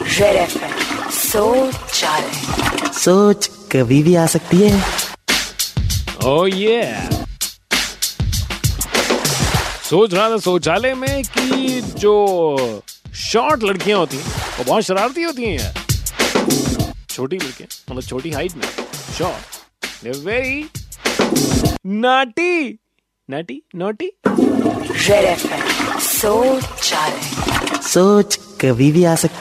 red FM सोच सोच कभी भी आ सकती है ओ ये सोच रहा था शौचालय में कि जो शॉर्ट लड़कियां होती हैं वो बहुत शरारती होती हैं यार छोटी लड़कियां मतलब छोटी हाइट में शॉर्ट वेरी नाटी नाटी नोटी रेड एफएम सोच सोच कभी भी आ सकती